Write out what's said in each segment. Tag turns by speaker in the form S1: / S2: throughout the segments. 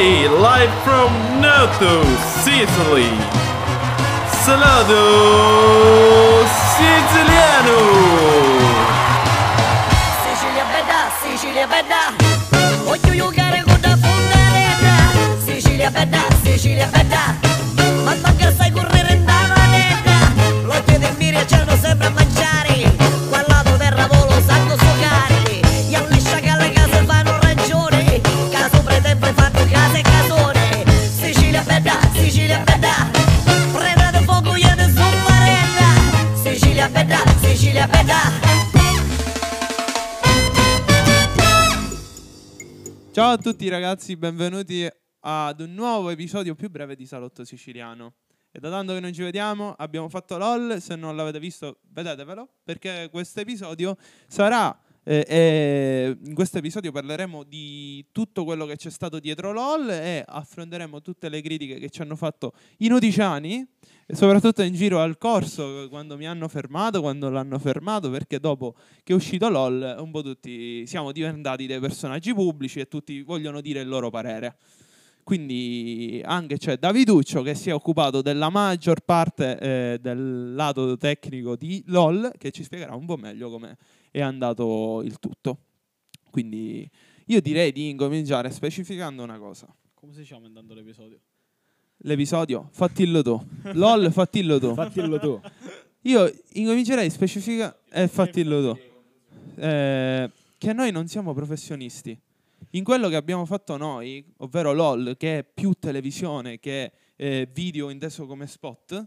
S1: live from Noto, Sicily. Salado Siciliano.
S2: Sicilia bella, Sicilia bella Voglio giocare con la fontanella Sicilia bella, Sicilia bella Ma manca sai correre in tavanella L'occhio del miriacciano sembra mangiare Quallato terra volo sanno soccare Gli alle sciacale case fanno ragione Caso pretempo fatto case e casone Sicilia bella, Sicilia bella Prendete fuoco io ne sono parella Sicilia bella, Sicilia bella
S3: Ciao a tutti ragazzi, benvenuti ad un nuovo episodio più breve di Salotto Siciliano. E da tanto che non ci vediamo abbiamo fatto LOL, se non l'avete visto vedetevelo, perché questo episodio sarà... eh, eh, in questo episodio parleremo di tutto quello che c'è stato dietro LOL e affronteremo tutte le critiche che ci hanno fatto i nudiciani, e soprattutto in giro al corso, quando mi hanno fermato, quando l'hanno fermato, perché dopo che è uscito LOL, un po' tutti siamo diventati dei personaggi pubblici e tutti vogliono dire il loro parere. Quindi anche c'è Daviduccio che si è occupato della maggior parte eh, del lato tecnico di LOL, che ci spiegherà un po' meglio come è andato il tutto. Quindi io direi di incominciare specificando una cosa.
S4: Come si chiama intanto l'episodio?
S3: L'episodio, fattillo tu. LOL, fattillo tu.
S5: Fattillo tu.
S3: Io incomincerei specifica e fattillo tu. Eh, che noi non siamo professionisti. In quello che abbiamo fatto noi, ovvero LOL, che è più televisione che eh, video inteso come spot,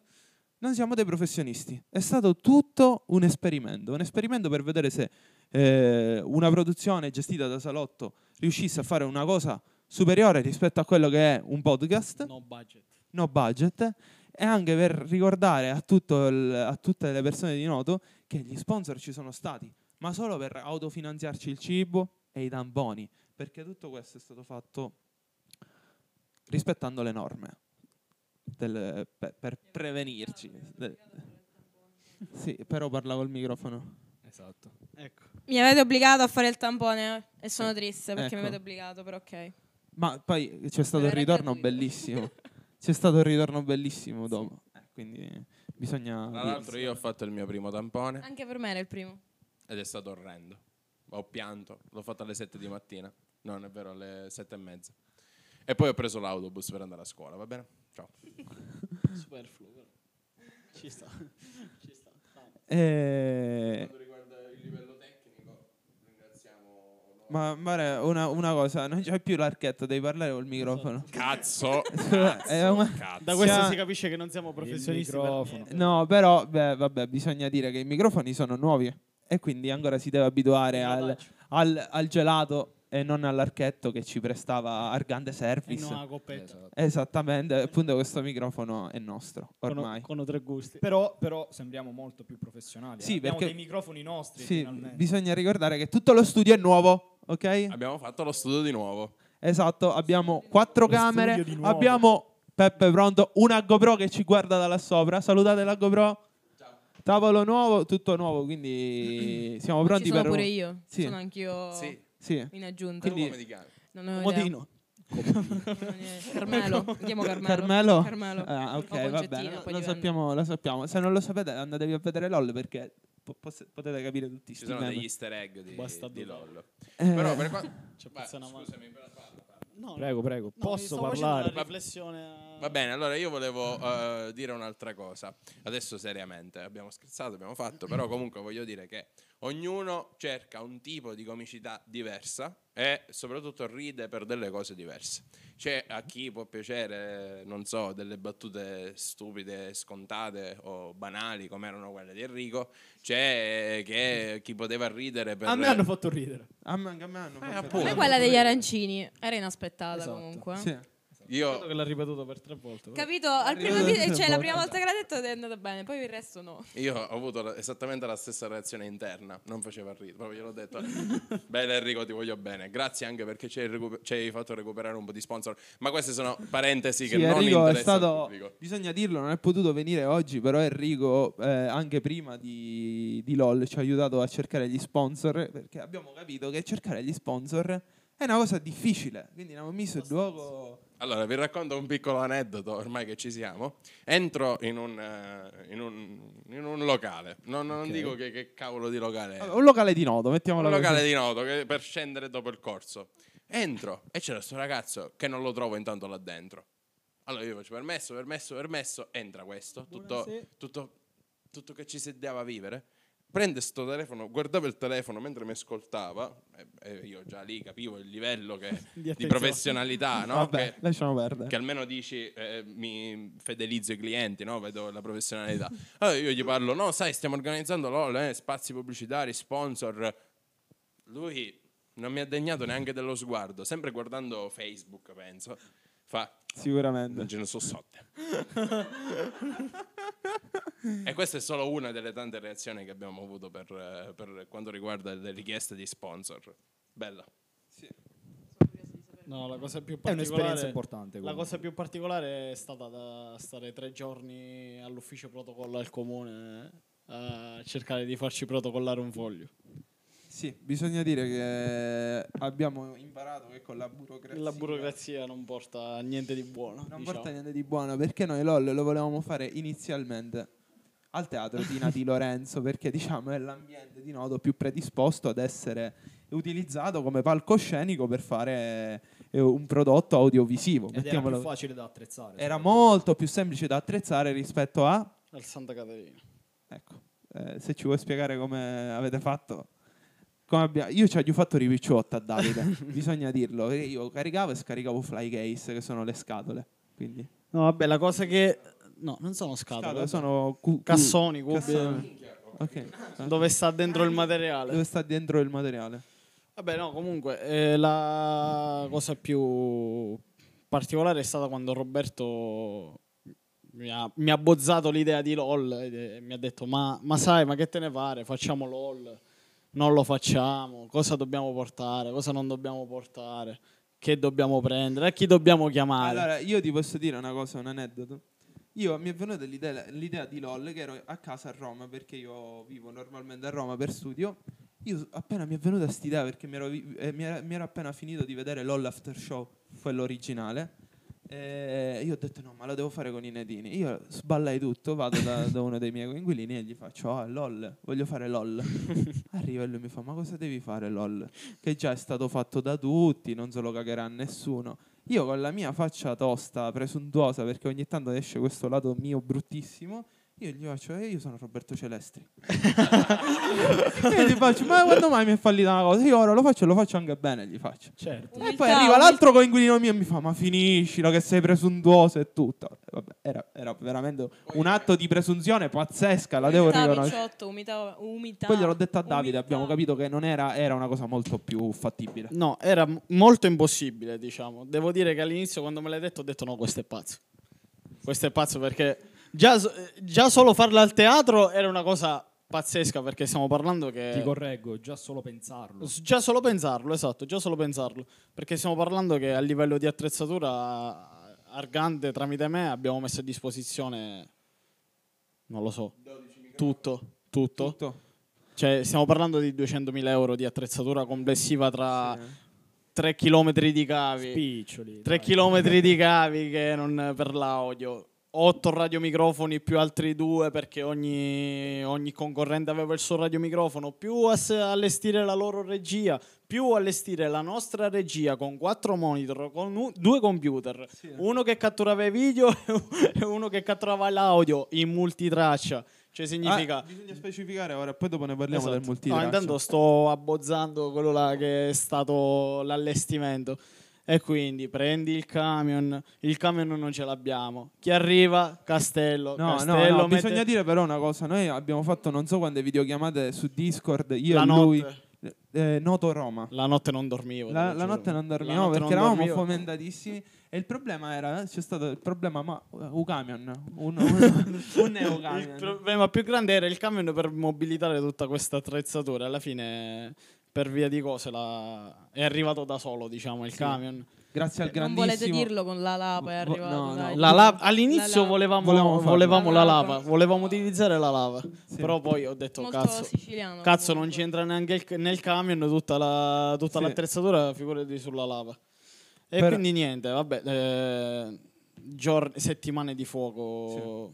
S3: non siamo dei professionisti. È stato tutto un esperimento, un esperimento per vedere se eh, una produzione gestita da Salotto riuscisse a fare una cosa superiore rispetto a quello che è un podcast
S4: No budget.
S3: no budget e anche per ricordare a, tutto il- a tutte le persone di Noto che gli sponsor ci sono stati, ma solo per autofinanziarci il cibo e i tamponi, perché tutto questo è stato fatto rispettando le norme del- per, per prevenirci. De- sì, però parlavo al microfono.
S5: Esatto.
S4: Ecco.
S6: Mi avete obbligato a fare il tampone e sono triste perché mi
S3: Ecco.
S6: avete obbligato, però ok.
S3: Ma poi c'è stato un
S6: Era
S3: ritorno
S6: gratuito.
S3: bellissimo. C'è stato un ritorno bellissimo dopo. Eh, quindi bisogna...
S7: Tra l'altro io ho fatto il mio primo tampone
S6: Anche per me era il primo.
S7: ed è stato orrendo. Ho pianto, l'ho fatto alle 7 di mattina. No, non è vero, alle 7 e mezza. E poi ho preso l'autobus per andare a scuola, va bene? Ciao.
S4: Superfluo però. Ci sta. Ci sta. No.
S3: Eh,
S7: riguarda il livello tecnico, ringraziamo...
S3: Ma guarda, una, una cosa, non c'è più l'archetto, devi parlare col microfono.
S7: Cazzo!
S3: Eh, ma-
S7: Cazzo!
S4: Da questo
S3: Sia-
S4: si capisce che non siamo professionisti. per
S5: microfono.
S4: niente.
S3: No, però, beh, vabbè, bisogna dire che i microfoni sono nuovi e quindi ancora si deve abituare al, al- al gelato e non all'archetto che ci prestava Argante
S4: E ah,
S3: Service.
S4: non una coppetta.
S5: Esatto.
S3: Esattamente, appunto questo microfono è nostro, ormai.
S4: Con, con tre gusti.
S5: Però, però sembriamo molto più professionali.
S3: Sì,
S5: Abbiamo
S3: perché-
S5: dei microfoni nostri
S3: Sì,
S5: finalmente.
S3: bisogna ricordare che tutto lo studio è nuovo, ok?
S7: Abbiamo fatto lo studio di nuovo.
S3: Esatto, abbiamo quattro
S5: Lo studio
S3: camere,
S5: di nuovo.
S3: abbiamo Peppe pronto, una GoPro che ci guarda da là sopra. Salutate la GoPro. Tavolo nuovo, tutto nuovo, quindi siamo pronti
S6: Ci sono
S3: per
S6: pure
S3: un-
S6: io,
S3: Sì.
S6: sono anch'io
S3: Sì.
S6: in aggiunta.
S3: Quindi-
S7: Come ti chiami?
S6: non ho idea.
S3: Comodino.
S6: Non ho idea. Carmelo, mi chiamo Carmelo.
S3: Ecco. Carmelo?
S6: Carmelo.
S3: Ah,
S6: O
S3: ok,
S6: Concettina,
S3: va bene.
S6: poi
S3: Lo,
S6: dipende.
S3: sappiamo, lo sappiamo. Se non lo sapete andatevi a vedere LOL perché po- poss- potete capire tutti
S7: Ci
S3: sti
S7: sono
S3: meme.
S7: degli easter egg di,
S4: Bastardo.
S7: di LOL.
S3: Eh,
S7: Però per qua...
S4: C'è
S7: Vai,
S4: pezzo una mano.
S7: scusami, parla, parla, parla.
S4: No,
S5: Prego, prego.
S4: no,
S5: Posso
S4: stavo facendo
S5: parlare?
S4: Una riflessione.
S7: Va bene, allora io volevo eh, dire un'altra cosa. Adesso seriamente, abbiamo scherzato, abbiamo fatto, però comunque voglio dire che ognuno cerca un tipo di comicità diversa e soprattutto ride per delle cose diverse. C'è a chi può piacere, non so, delle battute stupide, scontate o banali come erano quelle di Enrico, c'è che chi poteva ridere per
S4: A me hanno fatto ridere.
S3: a me- anche a me hanno fatto-
S7: Eh, appunto.
S6: Come quella degli arancini, era inaspettata
S5: Esatto.
S6: comunque.
S3: Sì.
S4: Credo
S7: Io
S4: che l'ha ripetuto per tre volte. però.
S6: Capito? Al primo
S3: Arrivato
S6: di-
S3: il
S6: cioè, la prima
S3: tempo.
S6: volta che l'ha detto è andata bene, poi il resto no.
S3: Eh,
S7: Io ho avuto la- esattamente la stessa reazione interna, non faceva ridere, proprio gliel'ho detto. Bene Enrico, ti voglio bene. Grazie anche perché ci hai, recu- ci hai fatto recuperare un po' di sponsor. Ma queste sono parentesi che
S3: Sì,
S7: non
S3: Enrico è
S7: interessano al
S3: stato,
S7: pubblico.
S3: bisogna dirlo, non è potuto venire oggi, però Enrico eh, anche prima di, di LOL ci ha aiutato a cercare gli sponsor, perché abbiamo capito che cercare gli sponsor è una cosa difficile, quindi abbiamo messo il luogo
S7: Allora, vi racconto un piccolo aneddoto, ormai che ci siamo. Entro in un, eh, in un- in un locale, non, non dico che, che cavolo di locale è.
S3: Allora, Un locale di nodo, mettiamolo
S7: Eh. un
S3: così.
S7: locale di noto che- per scendere dopo il corso. Entro e c'era sto ragazzo che non lo trovo intanto là dentro. Allora io faccio permesso, permesso, permesso. Entra questo, tutto,
S4: Buonasera.
S7: tutto, tutto che ci sedeva a vivere. Prende sto telefono, guardava il telefono mentre mi ascoltava. E, e io già lì capivo il livello che- di,
S4: attenzione.
S7: professionalità, no?
S3: Vabbè,
S7: Che-
S3: lasciamo perdere.
S7: che almeno dici eh, mi fidelizzo i clienti, no? vedo la professionalità. Allora io gli parlo, no, sai, stiamo organizzando LOL, eh, spazi pubblicitari, sponsor. Lui non mi ha degnato neanche dello sguardo, sempre guardando Facebook, penso. Fa,
S3: Sicuramente.
S7: non ce ne so sotte. e questa è solo una delle tante reazioni che abbiamo avuto per, eh, per quanto riguarda le richieste di sponsor. Bella.
S4: No, la cosa più
S5: È
S4: particolare
S5: un'esperienza importante,
S4: La
S5: comunque.
S4: cosa più particolare è stata da stare tre giorni all'ufficio protocollo al comune
S3: Eh,
S4: a cercare di farci protocollare un foglio.
S3: Sì, bisogna dire che abbiamo imparato che con la burocrazia...
S4: La burocrazia non porta a niente di buono.
S3: Non
S4: diciamo.
S3: porta niente di buono perché noi LOL lo volevamo fare inizialmente al teatro Tina di Lorenzo perché diciamo è l'ambiente di nodo più predisposto ad essere utilizzato come palcoscenico per fare eh, un prodotto audiovisivo.
S5: Ed era
S3: mettiamolo-
S5: più facile da attrezzare.
S3: Era molto più semplice da attrezzare rispetto a...
S4: Al Santa Caterina.
S3: Ecco, eh, se ci vuoi spiegare come avete fatto... come abbia- Io ci ho fatto ripicciotto a Davide, bisogna dirlo. perché Io caricavo e scaricavo Flycase, che sono le scatole. Quindi...
S4: No, vabbè, la cosa che... No, non sono scatole.
S3: Scatole, sono cu- cu-
S4: Cassoni, cubi,
S3: cassoni. Ok.
S4: dove sta dentro
S3: Ah,
S4: il materiale.
S3: Dove sta dentro il materiale?
S4: Vabbè, no, comunque eh, la cosa più particolare è stata quando Roberto mi ha, mi ha bozzato l'idea di LOL ed, eh, mi ha detto: ma, ma sai, ma che te ne pare? Facciamo LOL, non lo facciamo, cosa dobbiamo portare, cosa non dobbiamo portare, che dobbiamo prendere, a chi dobbiamo chiamare.
S3: Allora, io ti posso dire una cosa, un aneddoto. Io mi è venuta l'idea, l'idea di LOL che ero a casa a Roma perché io vivo normalmente a Roma per studio. Io appena mi è venuta quest'idea perché mi ero, vi- eh, mi era- mi ero appena finito di vedere LOL After Show, quello originale. E io ho detto no, ma lo devo fare con i netini. Io sballai tutto, vado da, da uno dei miei coinquilini e gli faccio, oh, LOL, voglio fare LOL. Arriva e lui mi fa, ma cosa devi fare LOL? Che già è stato fatto da tutti, non se lo cagherà nessuno. Io con la mia faccia tosta, presuntuosa, perché ogni tanto esce questo lato mio bruttissimo, io gli faccio, e io sono Roberto Celestri. e gli faccio, ma quando mai mi è fallita una cosa? Io ora lo faccio e lo faccio anche bene, gli faccio.
S4: certo.
S3: E poi
S6: Umiltà,
S3: arriva l'altro coinquilino mio e mi fa, ma finiscilo che sei presuntuoso e tutto. Eh, Vabbè, era, era veramente un atto di presunzione pazzesca, la Ah, devo
S6: Umiltà,
S3: riconoscere.
S6: picciotto, umiltà, umiltà.
S3: Poi gliel'ho detto a Davide,
S6: umiltà.
S3: abbiamo capito che non era, era una cosa molto più fattibile.
S4: No, era m- molto impossibile, diciamo. Devo dire che all'inizio, quando me l'hai detto, ho detto no, questo è pazzo. Questo è pazzo perché già, so- già solo farla al teatro era una cosa pazzesca perché stiamo parlando
S5: Ti
S4: che...
S5: correggo, già solo pensarlo.
S4: S- Già solo pensarlo, esatto, già solo pensarlo. Perché stiamo parlando che a livello di attrezzatura Argante tramite me abbiamo messo a disposizione... Non lo so. Tutto, tutto.
S3: Tutto.
S4: Cioè, stiamo parlando di 200.000 euro di attrezzatura complessiva tra
S3: Sì.
S4: 3 km di cavi.
S5: Spiccioli.
S4: 3
S5: dai.
S4: km di cavi che non per l'audio. 8 radiomicrofoni più altri due perché ogni, ogni concorrente aveva il suo radiomicrofono, più ass- allestire la loro regia, più allestire la nostra regia con 4 monitor, con u- due computer, uno che catturava i video e uno che catturava l'audio in multitraccia. Cioè significa...
S3: Ah, bisogna specificare ora, poi dopo ne parliamo
S4: Esatto.
S3: del multitraccia.
S4: No, intanto sto abbozzando quello là che è stato l'allestimento. E quindi prendi il camion, il camion non ce l'abbiamo. Chi arriva? Castello.
S3: No, no,
S4: Castello
S3: no,
S4: mette-
S3: bisogna dire però una cosa, noi abbiamo fatto non so quante videochiamate su Discord, io
S4: La
S3: e lui,
S4: notte.
S3: eh, Noto Roma.
S4: La notte non dormivo. te
S3: La,
S4: lo
S3: la
S4: giuro.
S3: notte non dormiamo
S4: La notte
S3: perché
S4: non
S3: eravamo
S4: dormivo.
S3: fomentatissimi e il problema era, eh, c'è stato il problema, ma un camion, un, un, un neo
S4: Il
S3: camion.
S4: problema più grande era il camion per mobilitare tutta questa attrezzatura. Alla fine, per via di cose, la- è arrivato da solo, diciamo, il camion.
S3: Grazie al
S6: Non
S3: grandissimo...
S6: volete dirlo con la la, poi è
S3: Vo-
S6: arrivato.
S3: no,
S6: dai.
S3: no.
S4: La lava- all'inizio
S6: La lava.
S4: volevamo,
S3: Volevamo farlo.
S4: volevamo la
S6: La
S4: lava,
S6: lava.
S4: volevamo utilizzare la lava,
S3: Sì.
S4: però poi ho detto
S6: Molto
S4: cazzo.
S6: siciliano.
S4: Cazzo, non
S6: comunque.
S4: c'entra neanche il- nel camion tutta, la- tutta
S3: Sì.
S4: l'attrezzatura, figurati sulla lava. E
S3: Per-
S4: quindi niente, vabbè, eh, gior- settimane di fuoco.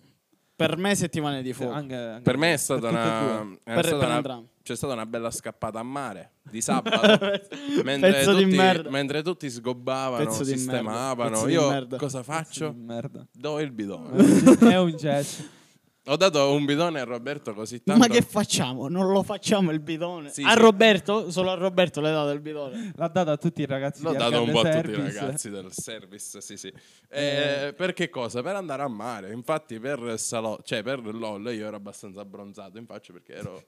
S4: Per me settimane di fuoco.
S3: Anche- anche-
S7: Per me è stata
S3: tutte e
S7: una.
S3: due.
S7: è
S4: Per-
S7: stata
S4: per
S7: una-
S4: entrambi.
S7: c'è stata una bella scappata a mare di sabato. mentre,
S4: Pezzo di
S7: tutti,
S4: merda.
S7: mentre tutti sgobbavano,
S4: Pezzo di merda.
S7: sistemavano.
S4: Pezzo di
S7: Io
S4: merda.
S7: cosa faccio?
S3: Merda.
S7: Do il bidone.
S1: È un jazz.
S7: Ho dato un bidone a Roberto così tanto.
S4: Ma che facciamo? Non lo facciamo il bidone.
S7: Sì,
S4: a
S7: sì.
S4: Roberto? Solo a Roberto le dato il bidone.
S3: L'ha data a tutti i ragazzi.
S7: L'ho
S3: di
S7: dato un
S3: Arcade
S7: po' a tutti i
S3: Service.
S7: ragazzi del service, sì, sì. Eh, Per che cosa? Per andare a mare. Infatti, per Salò, cioè per LOL, io ero abbastanza abbronzato in faccia perché ero,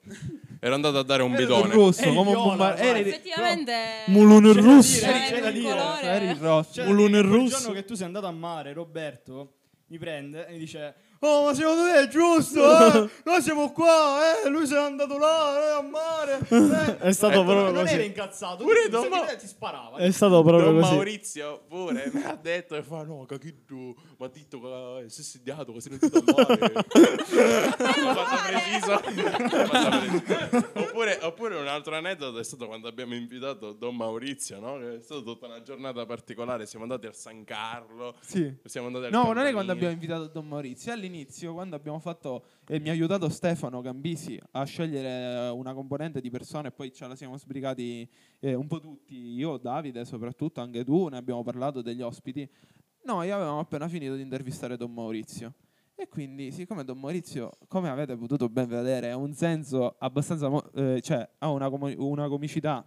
S7: ero andato a dare un
S3: Era del
S7: bidone.
S3: rosso, come un Eh,
S4: viola, cioè.
S3: bombar-
S4: guarda.
S3: era di-
S6: Effettivamente.
S4: Mulone russo.
S6: c'era
S4: C'è
S6: un
S4: da dire,
S6: colore.
S3: era il rosso.
S5: Cioè,
S3: Un
S5: il
S3: lunedì
S5: giorno che tu sei andato a mare, Roberto mi prende e mi dice: Oh, ma secondo te è giusto? eh? Noi siamo qua, eh? Lui se n'è andato là, eh, a mare. eh."
S4: È stato
S5: Eh,
S4: proprio
S5: Non
S4: così.
S5: era incazzato,
S7: Pure
S5: lui
S7: Don Mau-
S5: ti sparava.
S3: Eh,
S4: È stato proprio
S7: Don
S4: così.
S7: Maurizio pure mi ha detto e fa no cacchitto ma ha detto che eh, sei sediato così non ti dà male Ho fatto preciso. Ho fatto preciso. oppure, oppure un altro aneddoto è stato quando abbiamo invitato Don Maurizio no? Che è stata tutta una giornata particolare siamo andati al San Carlo
S3: Sì.
S7: siamo andati al
S3: No, non è quando
S7: campanile.
S3: abbiamo invitato Don Maurizio, è all'inizio quando abbiamo fatto e mi ha aiutato Stefano Gambisi a scegliere eh, una componente di persone e poi ce la siamo sbrigati eh, un po' tutti, io, Davide soprattutto, anche tu, ne abbiamo parlato degli ospiti. Noi avevamo appena finito di intervistare Don Maurizio e quindi siccome Don Maurizio, come avete potuto ben vedere, ha un senso abbastanza, mo- eh, cioè ha una, comu- una comicità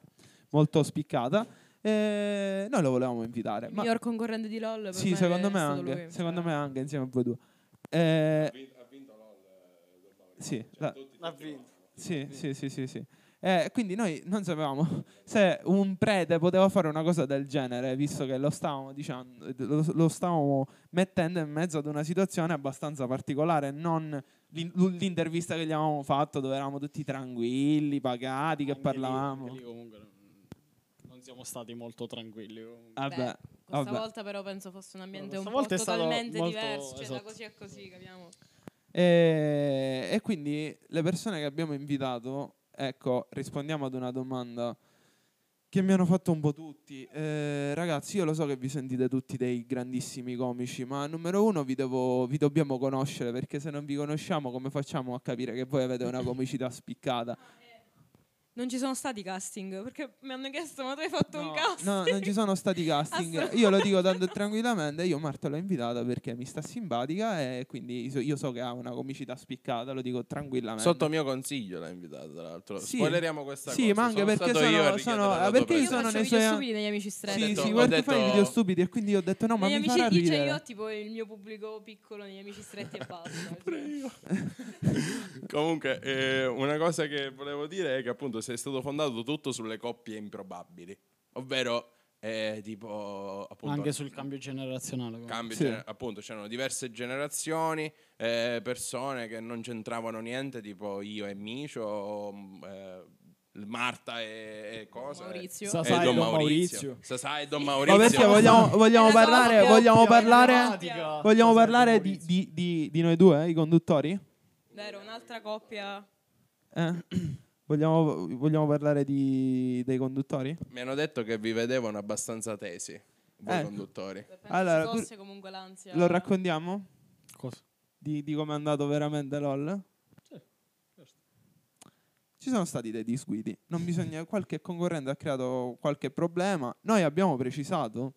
S3: molto spiccata, eh, noi lo volevamo invitare.
S6: Il
S3: ma-
S6: miglior concorrente di LOL. per
S3: sì, secondo
S6: è
S3: me
S6: stato
S3: anche.
S6: lui.
S3: Secondo me anche, insieme a voi due. Eh,
S7: ha vinto LOL eh, Don Maurizio.
S3: sì, la-
S4: L'ha vinto.
S3: sì, sì, sì, sì, sì. Eh, quindi noi non sapevamo se un prete poteva fare una cosa del genere, visto che lo stavamo, dicendo, lo, lo stavamo mettendo in mezzo ad una situazione abbastanza particolare, non l'in- l'intervista che gli avevamo fatto dove eravamo tutti tranquilli, pagati, che
S4: Anche lì-
S3: parlavamo.
S4: anche lì comunque non- non siamo stati molto tranquilli. comunque.
S3: Vabbè,
S6: Beh, Questa
S3: vabbè.
S6: volta però penso fosse un ambiente
S4: Questa
S6: un po'
S4: volta è stato
S6: totalmente
S4: molto-
S6: diverso, cioè da
S4: esatto.
S6: così a così, capiamo.
S3: E, e quindi le persone che abbiamo invitato, ecco, rispondiamo ad una domanda che mi hanno fatto un po' tutti. Eh, ragazzi, io lo so che vi sentite tutti dei grandissimi comici, ma numero uno vi, devo- vi dobbiamo conoscere, perché se non vi conosciamo come facciamo a capire che voi avete una comicità spiccata?
S6: Non ci sono stati casting, perché mi hanno chiesto ma tu hai fatto
S3: No,
S6: un casting?
S3: no, non ci sono stati casting.
S6: Assolutamente.
S3: Io lo dico tanto tranquillamente. Io Marta l'ho invitata perché mi sta simpatica e quindi so- io so che ha una comicità spiccata, lo dico tranquillamente.
S7: Sotto mio consiglio l'ha invitato, tra l'altro.
S3: Sì.
S7: Spoileriamo questa
S3: Sì,
S7: cosa.
S3: ma anche
S7: Sono
S3: perché
S7: stato
S3: sono-
S7: io a richiedere
S3: sono-
S7: la
S3: perché
S7: tua
S6: Io
S3: sono
S6: faccio
S3: nei
S6: video
S3: suoi-
S6: stupidi negli amici stretti.
S7: ho
S3: Sì,
S7: detto-
S3: sì,
S7: ho
S3: guarda,
S7: detto-
S3: fai i video stupidi e quindi ho detto no, ma
S6: negli
S3: mi
S6: amici,
S3: farà
S6: io, cioè,
S3: ridere.
S6: io ho tipo il mio pubblico piccolo negli amici stretti e basta. cioè.
S7: Comunque, eh, una cosa che volevo dire è che appunto sei stato fondato tutto sulle coppie improbabili, ovvero eh, tipo appunto
S4: Anche sul cambio generazionale. comunque.
S7: cambio
S3: Sì.
S7: gener- appunto c'erano diverse generazioni, eh, persone che non c'entravano niente, tipo io e Micio, o, mm, eh, Marta e, e cosa?
S6: Maurizio.
S3: Esatto.
S7: E
S5: Sasà e
S7: Don
S5: Don
S7: Maurizio.
S5: Maurizio.
S7: Sasà e Don
S3: Ma
S7: Maurizio.
S3: perché vogliamo, vogliamo
S6: Eh, lo so,
S3: parlare,
S6: proprio-
S3: vogliamo
S6: proprio
S3: parlare,
S6: problematica.
S3: vogliamo parlare di, di- di- di noi due, eh, i conduttori?
S6: Vero, un'altra coppia.
S3: Eh? Vogliamo, vogliamo parlare di, dei conduttori?
S7: Mi hanno detto che vi vedevano abbastanza tesi, voi
S3: Ecco.
S7: conduttori.
S6: Penso
S3: Allora,
S6: ci
S3: tu-
S6: fosse comunque l'ansia.
S3: Lo raccontiamo?
S4: Cosa?
S3: Di, di come è andato veramente LOL? Ci sono stati dei disguidi. Non bisogna, qualche concorrente ha creato qualche problema. Noi abbiamo precisato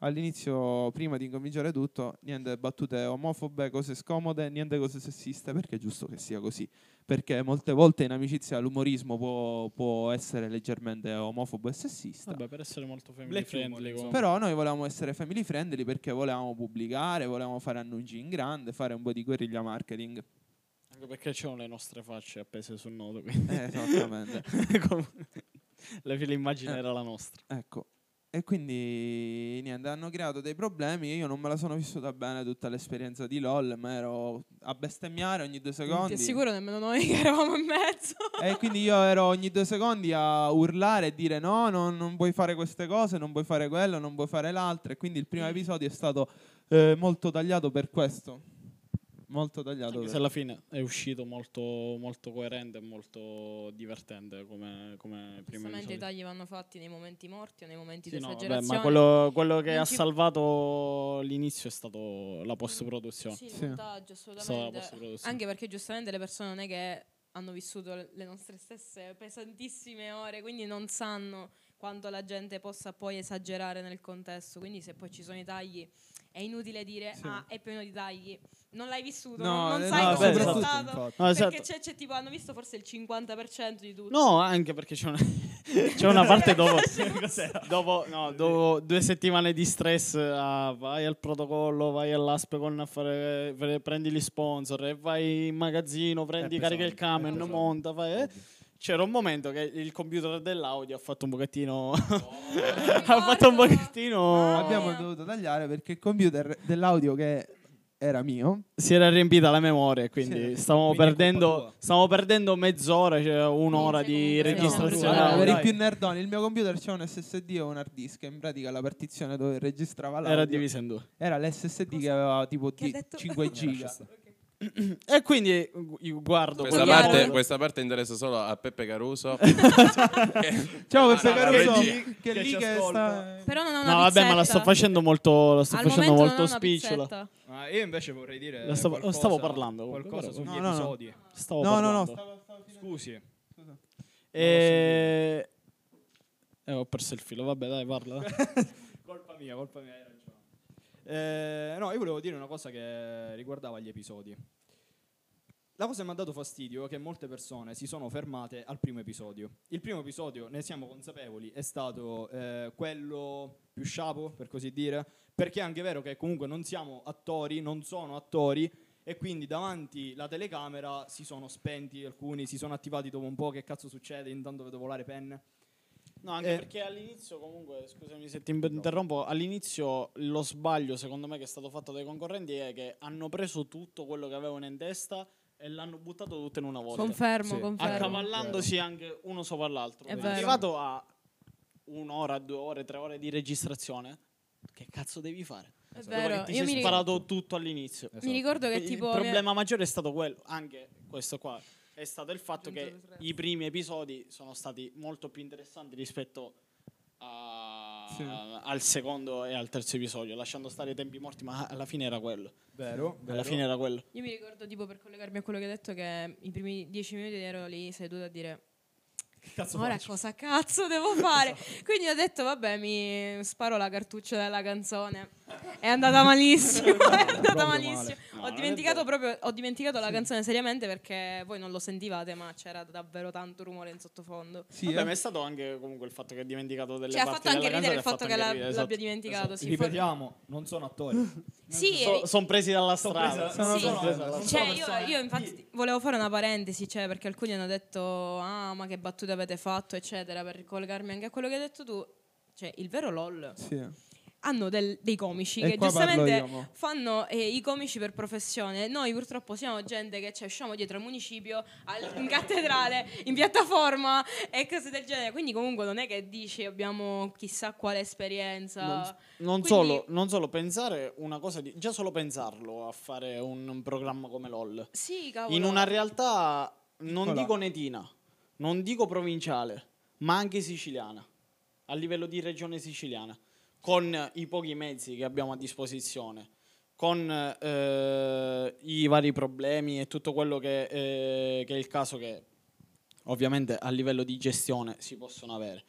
S3: all'inizio, prima di incominciare tutto, niente battute omofobe, cose scomode, niente cose sessiste, perché è giusto che sia così. Perché molte volte in amicizia l'umorismo può, può essere leggermente omofobo e sessista.
S4: Vabbè, per essere molto family
S5: Black humor,
S4: friendly.
S5: insomma.
S4: comunque.
S3: Però noi volevamo essere family friendly perché volevamo pubblicare, volevamo fare annunci in grande, fare un po' di guerriglia marketing.
S4: Anche perché c'erano le nostre facce appese sul nodo. Quindi.
S3: Eh, esattamente.
S4: Comunque, la l'immagine
S3: Eh.
S4: era la nostra.
S3: Ecco. E quindi niente, hanno creato dei problemi. Io non me la sono vissuta bene tutta l'esperienza di LOL, ma ero a bestemmiare ogni due
S6: Non Ti
S3: secondi.
S6: assicuro nemmeno noi che eravamo in mezzo.
S3: E Eh, quindi io ero ogni due secondi a urlare e dire no, no, non puoi fare queste cose, non puoi fare quello, non puoi fare l'altro. E quindi il primo episodio è stato eh, molto tagliato per questo. molto tagliato.
S4: Anche
S3: però.
S4: se alla fine è uscito molto, molto coerente e molto divertente come, come primo
S6: Giustamente i
S4: episodio.
S6: tagli vanno fatti nei momenti morti o nei momenti
S4: Sì,
S6: di
S4: no, vabbè,
S6: esagerazione.
S4: ma quello, quello che
S6: Non
S4: ha
S6: ci-
S4: salvato l'inizio è stato la post-produzione.
S6: Sì, il
S3: Sì.
S6: montaggio,
S4: Stava la
S6: assolutamente.
S4: post-produzione.
S6: Anche perché giustamente le persone non è che hanno vissuto le le nostre stesse pesantissime ore, quindi non sanno quanto la gente possa poi esagerare nel contesto. Quindi se poi ci sono i tagli è inutile dire
S3: Sì.
S6: ah è pieno di tagli, non l'hai vissuto,
S3: No,
S6: non, non
S3: eh,
S6: sai
S4: no,
S6: come è
S4: soprattutto,
S6: stato.
S1: infatti.
S4: No, esatto.
S6: Perché c'è, c'è tipo hanno visto forse il 50% di tutto.
S4: No, anche perché c'è una, c'è una parte dopo, dopo, no, dopo due settimane di stress, ah, vai al protocollo, vai all'ASP con a fare, fare- prendi gli sponsor, e vai in magazzino, prendi, carica
S1: pesante,
S4: il
S1: è
S4: camion,
S1: pesante,
S4: monta, fai... eh. C'era un momento che il computer dell'audio ha fatto un pochettino... ha fatto un pochettino...
S3: Abbiamo dovuto tagliare perché il computer dell'audio che era mio
S4: si era riempita la memoria, quindi
S3: Sì.
S4: stavamo,
S5: Quindi è colpa
S4: perdendo,
S5: tua.
S4: stavano perdendo mezz'ora, cioè un'ora
S6: Sì,
S4: di
S6: comunque, sì,
S4: registrazione.
S3: Allora,
S6: no,
S3: per i
S4: Dai.
S3: più nerdoni, il mio computer c'è un SSD e un hard disk. e In pratica la partizione dove registrava l'audio
S4: Era divisa in due.
S3: era l'SSD che aveva tipo
S6: Che ha
S3: di-
S6: detto?
S3: 5 giga.
S4: E quindi gu- io guardo
S7: Questa
S6: Vogliamo-
S7: parte, questa parte interessa solo a Peppe Caruso.
S6: Diciamo,
S3: Ciao
S7: Ah,
S3: Peppe
S7: no,
S3: Caruso,
S7: regia-
S3: che è
S5: che
S3: lì
S5: ci
S3: che
S5: ascolta.
S3: sta...
S6: Però non ha una
S4: No, vabbè, ma la
S6: pizzetta.
S4: sto facendo molto. La sto
S6: Al
S4: facendo
S6: momento
S4: molto
S6: non ha una
S4: spizzula.
S6: pizzetta.
S5: Ah, io invece vorrei dire.
S4: Lo stavo- lo
S5: qualcosa-
S4: stavo parlando comunque,
S5: Qualcosa
S4: però-
S3: No, no,
S5: sugli
S3: no.
S5: episodi.
S4: Stavo
S3: No, no, no.
S4: parlando.
S3: stavo- stavo finendo.
S5: Scusi.
S4: E... eh, ho perso il filo. Vabbè, dai, parla. dai.
S5: Colpa mia, colpa mia, hai ragione. Eh, no, io volevo dire una cosa che riguardava gli episodi. La cosa che mi ha dato fastidio è che molte persone si sono fermate al primo episodio. Il primo episodio, ne siamo consapevoli, è stato eh, quello più sciapo, per così dire, perché è anche vero che comunque non siamo attori, non sono attori, e quindi davanti la telecamera si sono spenti alcuni, si sono attivati dopo un po', che cazzo succede, intanto vedo volare penne.
S4: No, anche
S5: Eh.
S4: perché all'inizio, comunque, scusami se ti imp- interrompo, all'inizio lo sbaglio secondo me che è stato fatto dai concorrenti è che hanno preso tutto quello che avevano in testa e l'hanno buttato tutto in una volta.
S6: Confermo,
S5: Sì.
S4: Ah,
S6: confermo.
S4: accavallandosi anche uno sopra l'altro.
S6: È
S4: È
S6: vero.
S4: arrivato a un'ora, due ore, tre ore di registrazione. Che cazzo devi fare?
S6: È
S4: Dopo
S6: vero.
S4: che ti
S6: Io mi,
S4: sei
S6: ri-
S4: sparato tutto all'inizio.
S6: mi ricordo che
S4: Il
S6: tipo mi-
S4: problema maggiore è stato quello, anche questo qua, è stato il fatto che
S6: Aggiunto
S4: i primi episodi sono stati molto più interessanti rispetto a-
S3: Sì.
S4: al secondo e al terzo episodio, lasciando stare i tempi morti, ma alla fine era quello.
S5: Vero?
S4: Alla fine era quello.
S6: Io mi ricordo, tipo, per collegarmi a quello che hai detto, che i primi dieci minuti ero lì seduta a dire.
S5: Cazzo
S6: Ora
S5: faccio?"
S6: cosa cazzo devo fare?
S4: Esatto.
S6: Quindi ho detto, vabbè, mi sparo la cartuccia della canzone. È andata malissimo, è andata malissimo. ho dimenticato proprio, ho dimenticato la canzone seriamente perché voi non lo sentivate, ma c'era davvero tanto rumore in sottofondo.
S3: Sì,
S4: Vabbè,
S3: eh.
S4: ma è stato anche comunque il fatto che ha dimenticato delle
S6: Cioè, ha
S4: parti
S6: fatto anche
S4: della
S6: ridere
S4: canzone,
S6: il
S4: ha
S6: fatto che
S4: anche
S6: la-
S4: ridere,
S6: l'abbia
S4: esatto,
S6: dimenticato. Sì, for-
S5: Ripetiamo, non sono attori.
S6: sì,
S4: esatto. So- son presi dalla strada.
S5: presa- sono
S6: Sì.
S5: presa dalla
S6: Cioè,
S5: strada.
S6: io, io infatti volevo fare una parentesi, cioè, perché alcuni hanno detto, ah, ma che battute avete fatto, eccetera, per collegarmi anche a quello che hai detto tu. Cioè, il vero LOL
S3: Sì.
S6: hanno del- dei comici
S3: E
S6: che
S3: qua parlo io,
S6: giustamente
S3: mo.
S6: fanno eh, i comici per professione. Noi purtroppo siamo gente che cioè, usciamo dietro al municipio, al- in cattedrale, in piattaforma e cose del genere. Quindi comunque non è che dici abbiamo chissà quale esperienza.
S4: Non, non
S6: Quindi-
S4: solo, non solo pensare una cosa di... Già solo pensarlo a fare un, un programma come LOL.
S6: Sì, cavolo.
S4: In una realtà, non
S3: Piccola.
S4: dico netina, non dico provinciale, ma anche siciliana. A livello di regione siciliana. Con i pochi mezzi che abbiamo a disposizione. Con eh, i vari problemi e tutto quello che, eh, che è il caso che ovviamente a livello di gestione si possono avere.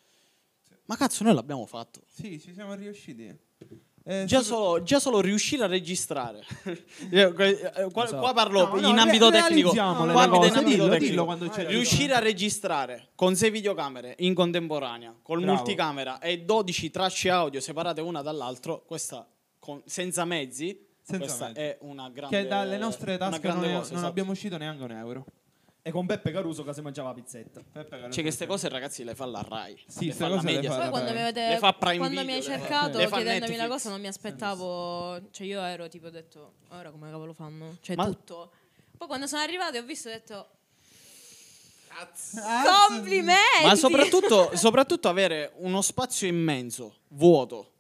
S4: Ma cazzo, noi l'abbiamo fatto.
S3: Sì, ci siamo riusciti. Eh,
S4: Già
S3: sì,
S4: solo, già solo riuscire a registrare. Eh, que- eh, qua,
S5: Esatto.
S4: qua parlo
S3: No, no,
S4: in
S3: re-
S4: ambito tecnico.
S3: realizziamole
S4: Qua
S3: le
S4: ambito- in
S3: cose,
S4: ambito
S3: dillo,
S4: tecnico.
S3: dillo quando c'è
S4: riuscire a registrare con 6 videocamere in contemporanea, col
S3: Bravo.
S4: multicamera e 12 tracce audio separate una dall'altra, questa con- senza mezzi,
S3: Senza
S4: questa
S3: mezzi.
S4: è una grande
S3: Che dalle nostre
S4: una
S3: tasche non,
S4: grande
S3: ne-
S4: cosa,
S3: non
S4: esatto.
S3: abbiamo uscito neanche un euro.
S5: E con Beppe Caruso che si mangiava la pizzetta.
S4: Cioè che queste cose ragazzi le fa la Rai.
S3: Sì,
S4: le
S3: ste
S4: fa la
S3: cose le
S4: media.
S3: fa-
S6: Poi quando mi, avete-
S4: Le fa Prime
S6: quando mi
S4: Video,
S6: hai
S4: le fa-
S6: cercato
S4: le fa
S6: chiedendomi la
S4: Netflix.
S6: cosa non mi aspettavo, cioè io ero tipo ho detto ora come cavolo fanno? Cioè
S4: Ma-
S6: tutto. Poi quando sono arrivate ho visto e ho detto
S3: Ah,
S6: complimenti.
S4: Ma soprattutto, soprattutto avere uno spazio immenso, vuoto,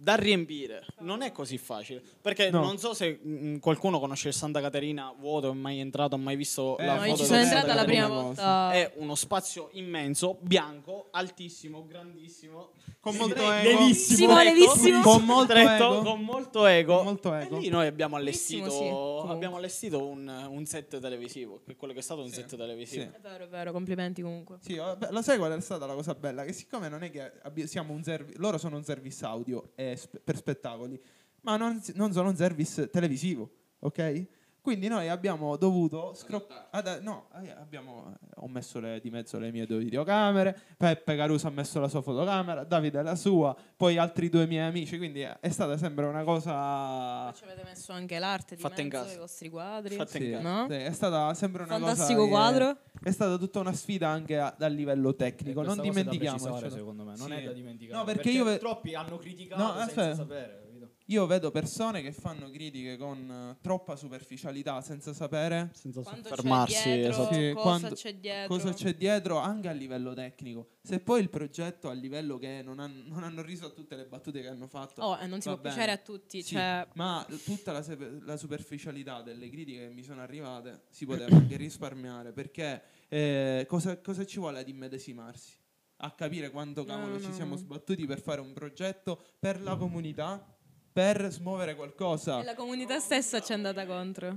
S4: da riempire non è così facile perché
S3: No.
S4: non so se mm, qualcuno conosce il Santa Caterina vuoto è mai entrato ha mai visto
S3: Eh,
S4: la
S3: no,
S4: foto
S6: Noi ci
S4: del
S6: sono
S4: Santa
S6: entrata la
S4: Caterina.
S6: prima
S3: cosa.
S6: volta.
S4: è uno spazio immenso bianco altissimo grandissimo
S3: Con
S4: Sì,
S3: molto
S4: direi
S3: ego.
S4: levissimo,
S6: Sì, levissimo.
S4: con
S3: Con molto
S4: molto ego
S3: ego.
S4: con molto ego,
S3: Con molto ego.
S4: E lì noi abbiamo allestito,
S6: Levissimo, sì, comunque.
S4: abbiamo allestito un, un set televisivo che è quello che è stato un set televisivo
S3: Sì.
S6: È vero, è vero, complimenti comunque.
S3: Sì, oh, beh, lo sai qual è stata la cosa bella? Che siccome non è che abbi- siamo un servi- loro sono un service audio e sp- per spettacoli, ma non, si- non sono un service televisivo, ok? Quindi noi abbiamo dovuto scro- ad- no, eh, abbiamo- ho messo le- di mezzo le mie due videocamere, Peppe Caruso ha messo la sua fotocamera, Davide la sua, poi altri due miei amici, quindi è è stata sempre una cosa
S6: Poi ci avete messo anche l'arte di
S4: Fatta Ah. in
S6: mezzo,
S4: casa.
S6: i vostri quadri.
S4: Fatta in
S3: Sì,
S4: casa.
S6: No?
S3: sì, è stata sempre una
S6: Fantastico
S3: cosa che-
S6: quadro.
S3: È stata tutta una sfida anche a, dal livello tecnico,
S5: E
S3: non
S5: Ecco, Eh, questa cosa è da precisare,
S3: dimentichiamoci.
S5: secondo me, non
S3: Sì.
S5: è da dimenticare.
S3: No, perché io ve-
S5: troppi hanno criticato
S3: No, cioè,
S5: senza
S3: aspetta.
S5: sapere, capito?
S3: Io vedo persone che fanno critiche con eh, troppa superficialità senza sapere
S4: senza
S6: Quanto
S4: fermarsi
S6: c'è dietro,
S4: esatto.
S3: Sì,
S6: cosa
S3: quando-
S6: c'è dietro.
S3: cosa c'è dietro anche a livello tecnico. Se poi il progetto a livello che è, non, han- non hanno riso a tutte le battute che hanno fatto.
S6: Oh, e non si
S3: va
S6: può
S3: bene.
S6: piacere a tutti,
S3: Sì,
S6: cioè...
S3: Ma tutta la, sepe- la superficialità delle critiche che mi sono arrivate si poteva anche risparmiare perché eh, cosa, cosa ci vuole ad immedesimarsi? A capire quanto
S6: No,
S3: cavolo
S6: no,
S3: ci
S6: no.
S3: siamo sbattuti per fare un progetto per la comunità, per smuovere qualcosa.
S4: Ah.
S6: E la comunità stessa ci è andata contro.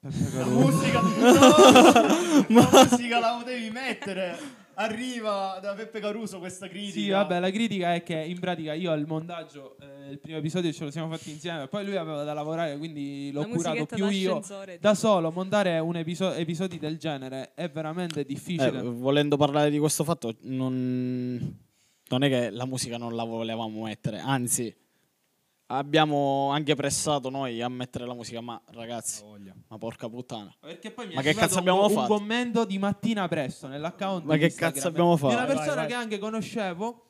S5: musica, no, la musica la potevi mettere. Arriva da Peppe Caruso questa critica.
S3: Sì, vabbè, la critica è che in pratica io al montaggio eh, il primo episodio ce lo siamo fatti insieme, poi lui aveva da lavorare, quindi l'ho
S6: La
S3: curato
S6: musichetta
S3: più io.
S6: d'ascensore.
S3: Da solo montare un episo- episodi del genere è veramente difficile.
S4: Eh, volendo parlare di questo fatto, non, non è che la musica non la volevamo mettere, anzi, abbiamo anche pressato noi a mettere la musica, ma ragazzi,
S5: voglia.
S4: ma porca puttana.
S3: Perché poi mi è
S4: Ma che
S3: arrivato
S4: cazzo abbiamo
S3: un,
S4: fatto?
S3: un commento di mattina presto nell'account.
S4: Ma
S3: di
S4: che
S3: Instagram
S4: cazzo abbiamo fatto?
S3: Di una
S5: Vai,
S3: persona
S5: vai.
S3: che anche conoscevo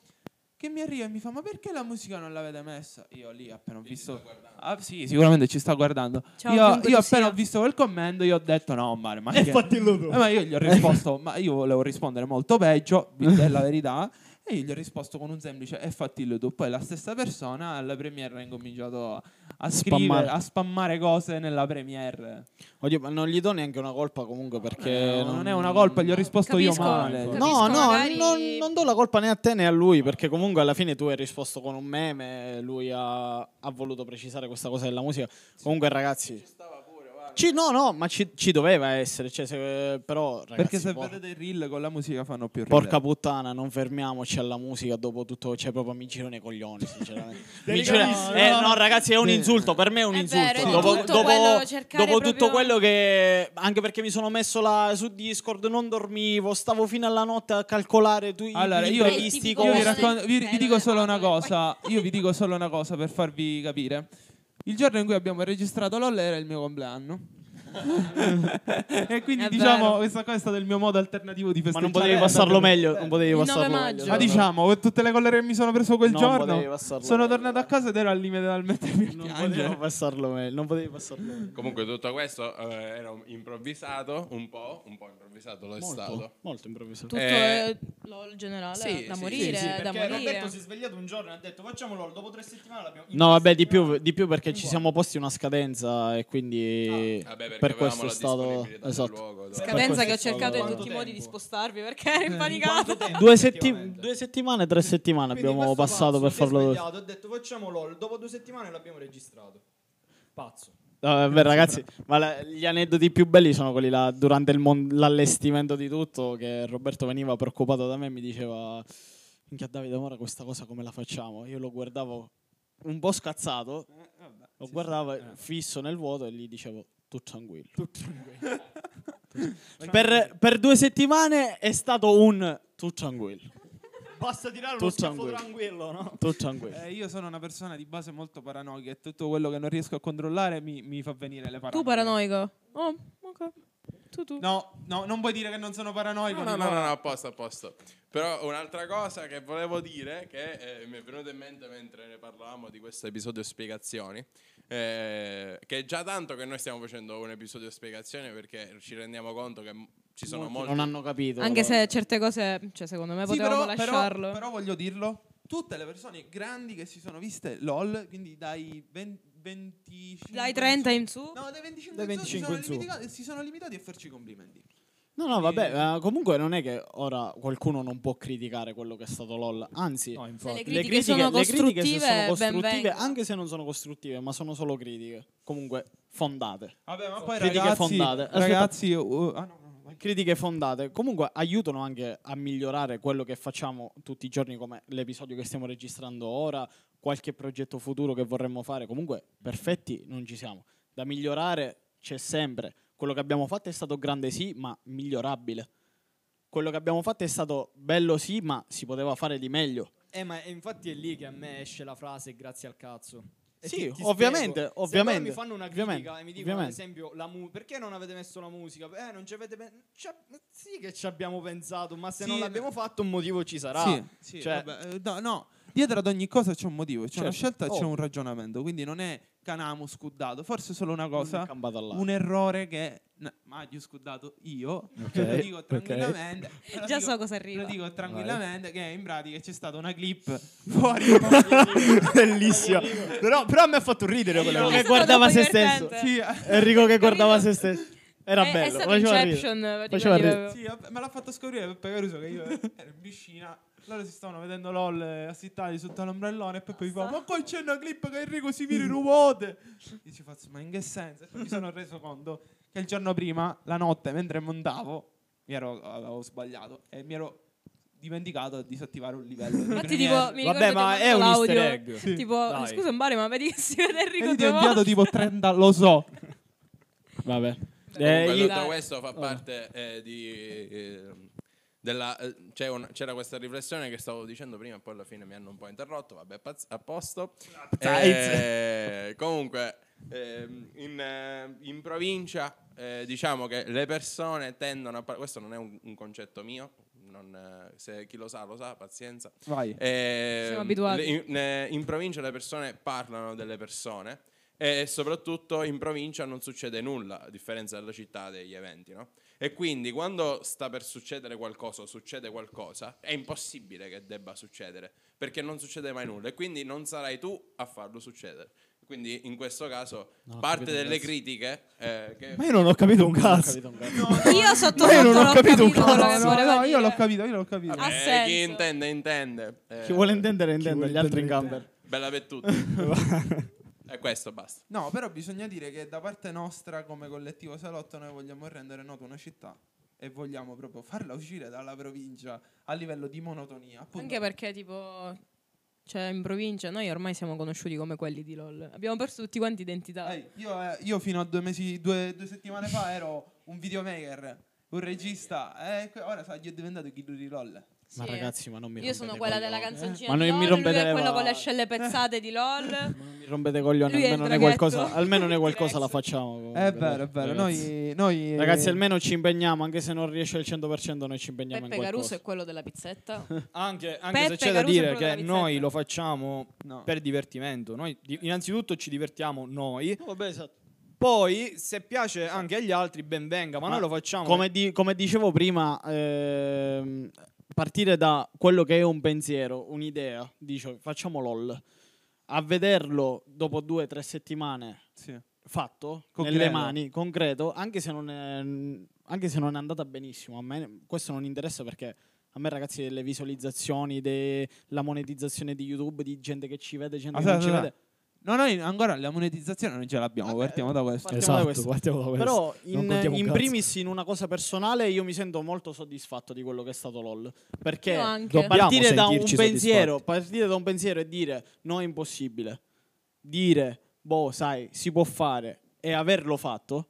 S3: che mi arriva e mi fa: Ma perché la musica non l'avete messa? Io lì appena ho visto. Ah, sì, sicuramente ci sta guardando.
S6: Ciao,
S3: io
S6: chiunque
S3: io
S6: tu sia.
S3: appena ho visto quel commento, io ho detto: No, Mario, ma che-"
S5: fatillo
S3: Eh, ma io gli ho risposto, ma io volevo rispondere molto peggio, è la verità. E io gli ho risposto con un semplice e fatillo tu. Poi la stessa persona alla premiere ha incominciato a scrivere,
S4: Spammare.
S3: a spammare cose nella premiere.
S4: Oddio, ma non gli do neanche una colpa comunque perché...
S3: Eh, non è una colpa, gli ho risposto
S6: Capisco,
S3: io male.
S6: capisco.
S4: No, no,
S6: magari-
S4: non, non do la colpa né a te né a lui perché comunque alla fine tu hai risposto con un meme, lui ha, ha voluto precisare questa cosa della musica. Comunque ragazzi... Ci, no, no, ma ci, ci doveva essere, cioè, se- però ragazzi,
S3: Perché se
S4: porca-
S3: vedete i reel con la musica fanno più ridere.
S4: Porca puttana, non fermiamoci alla musica dopo tutto, cioè proprio mi girano i coglioni, sinceramente. mi
S5: Delicatissimo.
S4: girano- eh, no, ragazzi, è un
S3: Sì.
S4: insulto, per me è un
S6: È
S4: insulto.
S6: vero, è
S4: dopo
S6: tutto
S4: dopo-
S6: quello cercare
S4: dopo
S6: proprio-
S4: tutto quello che anche perché mi sono messo là su Discord, non dormivo, stavo fino alla notte a calcolare tu
S3: Allora,
S4: i
S3: io,
S6: Eh,
S3: io
S6: sì,
S3: vi,
S6: tipo quello
S3: raccon-
S6: del-
S3: vi-
S6: eh,
S3: vi dico
S6: dove
S3: solo una
S6: vanno e poi-
S3: cosa. Io vi dico solo una cosa per farvi capire. Il giorno in cui abbiamo registrato LOL era il mio compleanno. e quindi
S6: È
S3: diciamo
S6: vero.
S3: questa qua è stato il mio modo alternativo di
S4: ma
S3: festeggiare.
S4: non potevi passarlo meglio, non potevi
S6: Il 9
S4: passarlo
S6: maggio.
S4: meglio.
S3: Ma diciamo, con tutte le collere che mi sono preso quel
S4: Non potevi
S3: giorno,
S4: passarlo
S3: sono
S4: meglio.
S3: tornato a casa ed ero al limite dal mettermi a
S4: non
S3: piangere.
S4: potevi passarlo meglio, non potevi passarlo meglio.
S7: Comunque tutto questo eh, era un- improvvisato, un po', un po' improvvisato lo è
S4: Molto,
S7: stato.
S4: molto improvvisato.
S6: Tutto
S7: Eh,
S6: è LOL generale,
S7: sì,
S6: da
S7: sì,
S6: morire,
S5: sì,
S6: da
S5: perché
S6: morire.
S5: Roberto si è svegliato un giorno e ha detto facciamolo dopo tre settimane l'abbiamo in
S4: No,
S5: tre
S4: vabbè, di più,
S5: settimane.
S4: di più perché ci
S5: Wow.
S4: siamo posti una scadenza e quindi
S7: Ah, Vabbè, perché
S4: per
S7: avevamo
S4: questo è
S7: la
S4: stato
S7: disponibilità del
S4: esatto.
S7: luogo, dove-
S6: Scadenza
S4: Per
S6: che ho
S4: questo
S6: cercato in
S5: solo-
S6: tutti i
S5: Quanto
S6: modi di
S5: tempo?
S6: spostarvi perché ero
S5: Quanto
S6: impanicata.
S5: tempo,
S4: Due, setti-
S5: effettivamente?
S4: due settimane, tre settimane
S5: Quindi
S4: abbiamo
S5: questo
S4: passato per
S5: pazzo si è
S4: farlo.
S5: svegliato, Ho detto facciamo LOL, dopo due settimane l'abbiamo registrato. Pazzo.
S4: Ah, Vabbè, ragazzi, ma la- gli aneddoti più belli sono quelli là durante il mon- l'allestimento di tutto. Che Roberto veniva preoccupato da me e mi diceva: Minchia, Davide, ora questa cosa come la facciamo? Io lo guardavo un po' scazzato,
S3: Eh,
S4: lo guardavo
S5: Eh.
S4: fisso nel vuoto e gli dicevo: Tu tranquillo. per, per due settimane è stato un tu tranquillo.
S5: Basta tirare
S4: Tu
S5: uno schiaffo
S4: tranquillo.
S5: tranquillo, no?
S4: Tu tranquillo.
S3: Eh, io sono una persona di base molto paranoica e tutto quello che non riesco a controllare mi, mi fa venire le paranoie.
S6: Tu paranoico? Oh, ok. Tu, tu.
S3: No, no, non puoi dire che non sono paranoico.
S7: No, no, no,
S3: Nicola.
S7: no, no, a posto, a posto. Però un'altra cosa che volevo dire, che eh, mi è venuta in mente mentre ne parlavamo di questo episodio spiegazioni, eh, che è già tanto che noi stiamo facendo un episodio spiegazione perché ci rendiamo conto che m- ci sono molti...
S4: Non hanno capito.
S6: Anche se certe cose, cioè, secondo me
S3: Sì,
S6: potevamo
S3: però- però-
S6: lasciarlo.
S3: però voglio dirlo tutte le persone grandi che si sono viste LOL, quindi dai 20 25
S6: Dai 30 in su.
S3: No, dai 25,
S4: Dai
S3: in su si
S4: 25
S3: sono
S4: in su.
S3: limitati- si sono limitati a farci complimenti.
S4: No, no, vabbè, eh, comunque non è che ora qualcuno non può criticare quello che è stato LOL, anzi,
S5: No,
S6: Se le
S5: infatti.
S6: critiche sono
S4: le critiche, se
S6: costruttive,
S4: sono
S6: ben
S4: costruttive
S6: vengono.
S4: anche se non sono costruttive, ma sono solo critiche, comunque fondate.
S3: Vabbè, ma poi
S4: Critiche
S3: ragazzi,
S4: fondate. Aspetta.
S3: ragazzi, uh, ah, no, no, vai.
S4: Critiche fondate, comunque aiutano anche a migliorare quello che facciamo tutti i giorni, come l'episodio che stiamo registrando ora, qualche progetto futuro che vorremmo fare. Comunque, perfetti non ci siamo. Da migliorare c'è sempre. Quello che abbiamo fatto è stato grande sì, ma migliorabile. Quello che abbiamo fatto è stato bello sì, ma si poteva fare di meglio.
S5: Eh, ma è- infatti è lì che a me esce la frase grazie al cazzo. E
S4: Sì,
S5: ti- ti
S4: ovviamente,
S5: spiego. Se
S4: ovviamente,
S5: loro mi fanno una critica
S4: ovviamente,
S5: e mi dicono,
S4: ovviamente.
S5: ad esempio, la mu- perché non avete messo la musica? Eh, non ci avete pen- ci ab- Sì che ci abbiamo pensato, ma se
S3: Sì,
S5: non
S3: no.
S5: l'abbiamo fatto un motivo ci sarà.
S3: Sì, sì,
S5: Cioè-
S3: vabbè, eh, no, no, dietro ad ogni cosa c'è un motivo, c'è una
S4: Certo.
S3: scelta, e c'è
S4: Oh.
S3: un ragionamento, quindi non è canamo scuddato, forse solo una cosa,
S4: campata là.
S3: un errore che n- Maggio scuddato io, lo dico tranquillamente, lo
S6: Già
S3: dico-
S6: so cosa arriva.
S3: Lo dico tranquillamente che in pratica c'è stata una clip fuori Sì,
S4: Bellissimo. però, però a me ha fatto ridere
S6: È
S4: quello che
S6: stato
S4: guardava
S6: troppo
S4: se stesso.
S6: divertente.
S3: eh.
S4: Enrico che guardava
S6: guardava
S4: se
S6: se
S4: stesso. Era
S6: È- è
S4: bello.
S6: stato
S4: faceva ridere.
S6: Inception, eh,
S4: Faceva
S6: tipo,
S4: ridere.
S6: io-
S3: sì, vabbè, me l'ha fatto scoprire Peppe Caruso che io ero in piscina. Loro si stavano vedendo LOL eh, assittati sotto l'ombrellone e poi mi fa: Ma qua c'è una clip che Enrico si vira in ruote. Io ci faccio, ma in che senso? E poi mi sono reso conto che il giorno prima, la notte, mentre montavo, mi ero, avevo sbagliato e mi ero dimenticato di disattivare un livello. di
S6: Infatti,
S3: Premiere.
S6: tipo, mi
S4: Vabbè,
S6: ricordo
S4: ma
S6: che
S4: è un
S6: l'audio-
S4: easter egg. Sì.
S6: Tipo,
S4: Dai.
S6: scusa, Mario, ma vedi che si vede
S3: E
S6: Enrico
S3: io ti ho
S6: due
S3: inviato
S6: volte?
S3: tipo 30, lo so.
S4: Vabbè.
S6: Eh,
S7: Comunque
S6: io-
S7: tutto questo fa parte eh, di. eh, della, eh, c'è una- c'era questa riflessione che stavo dicendo prima, e poi alla fine mi hanno un po' interrotto. Vabbè, paz- a posto. Eh, comunque, ehm, in, eh, in provincia eh, diciamo che le persone tendono a. par- questo non è un, un concetto mio. non, eh, se chi lo sa, lo sa, pazienza.
S3: Vai.
S7: Eh,
S6: Siamo abituati.
S7: le- in, eh, in provincia le persone parlano delle persone e soprattutto in provincia non succede nulla, a differenza della città degli eventi, no? E quindi quando sta per succedere qualcosa o succede qualcosa, è impossibile che debba succedere, perché non succede mai nulla e quindi non sarai tu a farlo succedere. Quindi in questo caso
S4: ho
S7: parte
S4: capito,
S7: delle
S4: cazzo.
S7: critiche eh, che
S4: Ma io non ho capito un cazzo.
S6: Io sotto
S4: Ma io
S6: sotto
S4: non ho
S6: l'ho
S4: capito un
S6: quello
S4: cazzo.
S6: che
S3: No,
S6: voleva
S3: no, io
S6: dire.
S3: l'ho capito, io l'ho capito.
S6: Ah, ha
S7: eh,
S6: senso.
S7: chi intende intende. Eh,
S4: Chi vuole intendere, intende. Gli altri in camper.
S7: Bella per tutti. E questo basta.
S3: No, però bisogna dire che da parte nostra, come collettivo Salotto, noi vogliamo rendere nota una città e vogliamo proprio farla uscire dalla provincia a livello di monotonia. Appunto,
S6: Anche perché, tipo, cioè, in provincia noi ormai siamo conosciuti come quelli di LOL. Abbiamo perso tutti quanti identità.
S3: Ehi, io, eh, io fino a due mesi, due, due settimane fa ero un videomaker, un regista, e que- ora sa, io è diventato Ghidu di LOL.
S6: Sì,
S4: Ma
S6: eh.
S4: ragazzi, ma non mi
S6: Io sono quella della canzoncina
S4: Ma
S6: di
S4: non mi
S6: LOL,
S4: rompete
S6: lui
S4: le
S6: è quello
S4: va-
S6: con le ascelle pezzate di
S4: Eh.
S6: LOL.
S4: Mi rompete coglioni.
S6: Lui è il
S4: Almeno ne
S6: draghetto.
S4: qualcosa, almeno ne qualcosa la
S6: T-Rex.
S4: facciamo. comunque,
S3: È vero, è vero.
S4: Oh, ragazzi.
S3: Noi, noi,
S4: Ragazzi, almeno ci impegniamo, anche se non riesce al 100%, noi ci impegniamo
S6: Peppe
S4: in qualcosa.
S6: Caruso è quello della pizzetta.
S5: Anche, anche se
S6: Peppe
S5: c'è da
S6: Caruso è
S5: dire
S6: quello della
S5: che
S6: pizzetta.
S5: noi lo facciamo
S3: No.
S5: per divertimento. Noi di- innanzitutto ci divertiamo noi,
S4: Oh, vabbè, esatto.
S5: poi se piace anche agli altri ben venga, ma,
S4: Ma
S5: noi lo facciamo
S4: Come, di- come dicevo prima, ehm, partire da quello che è un pensiero, un'idea, dice facciamo LOL, a vederlo dopo due o tre settimane
S3: Sì.
S4: fatto,
S3: Concreto.
S4: nelle mani, concreto, anche se, non è, anche se non è andata benissimo. A me questo non interessa perché a me, ragazzi, delle visualizzazioni, della monetizzazione di YouTube, di gente che ci vede,
S8: Ah,
S4: gente che
S3: Aspetta,
S4: non ci
S3: aspetta.
S4: vede.
S3: No, noi ancora la monetizzazione non ce l'abbiamo, partiamo da questo.
S4: Partiamo
S8: Esatto,
S4: da questo.
S8: partiamo da questo.
S4: Però
S8: Non
S4: in,
S8: contiamo un
S4: in
S8: cazzo.
S4: primis in una cosa personale io mi sento molto soddisfatto di quello che è stato LOL perché
S6: Io anche.
S8: Dobbiamo
S4: partire da un
S8: sentirci
S4: pensiero, partire da un pensiero e dire no è impossibile. Dire boh, sai, si può fare e averlo fatto.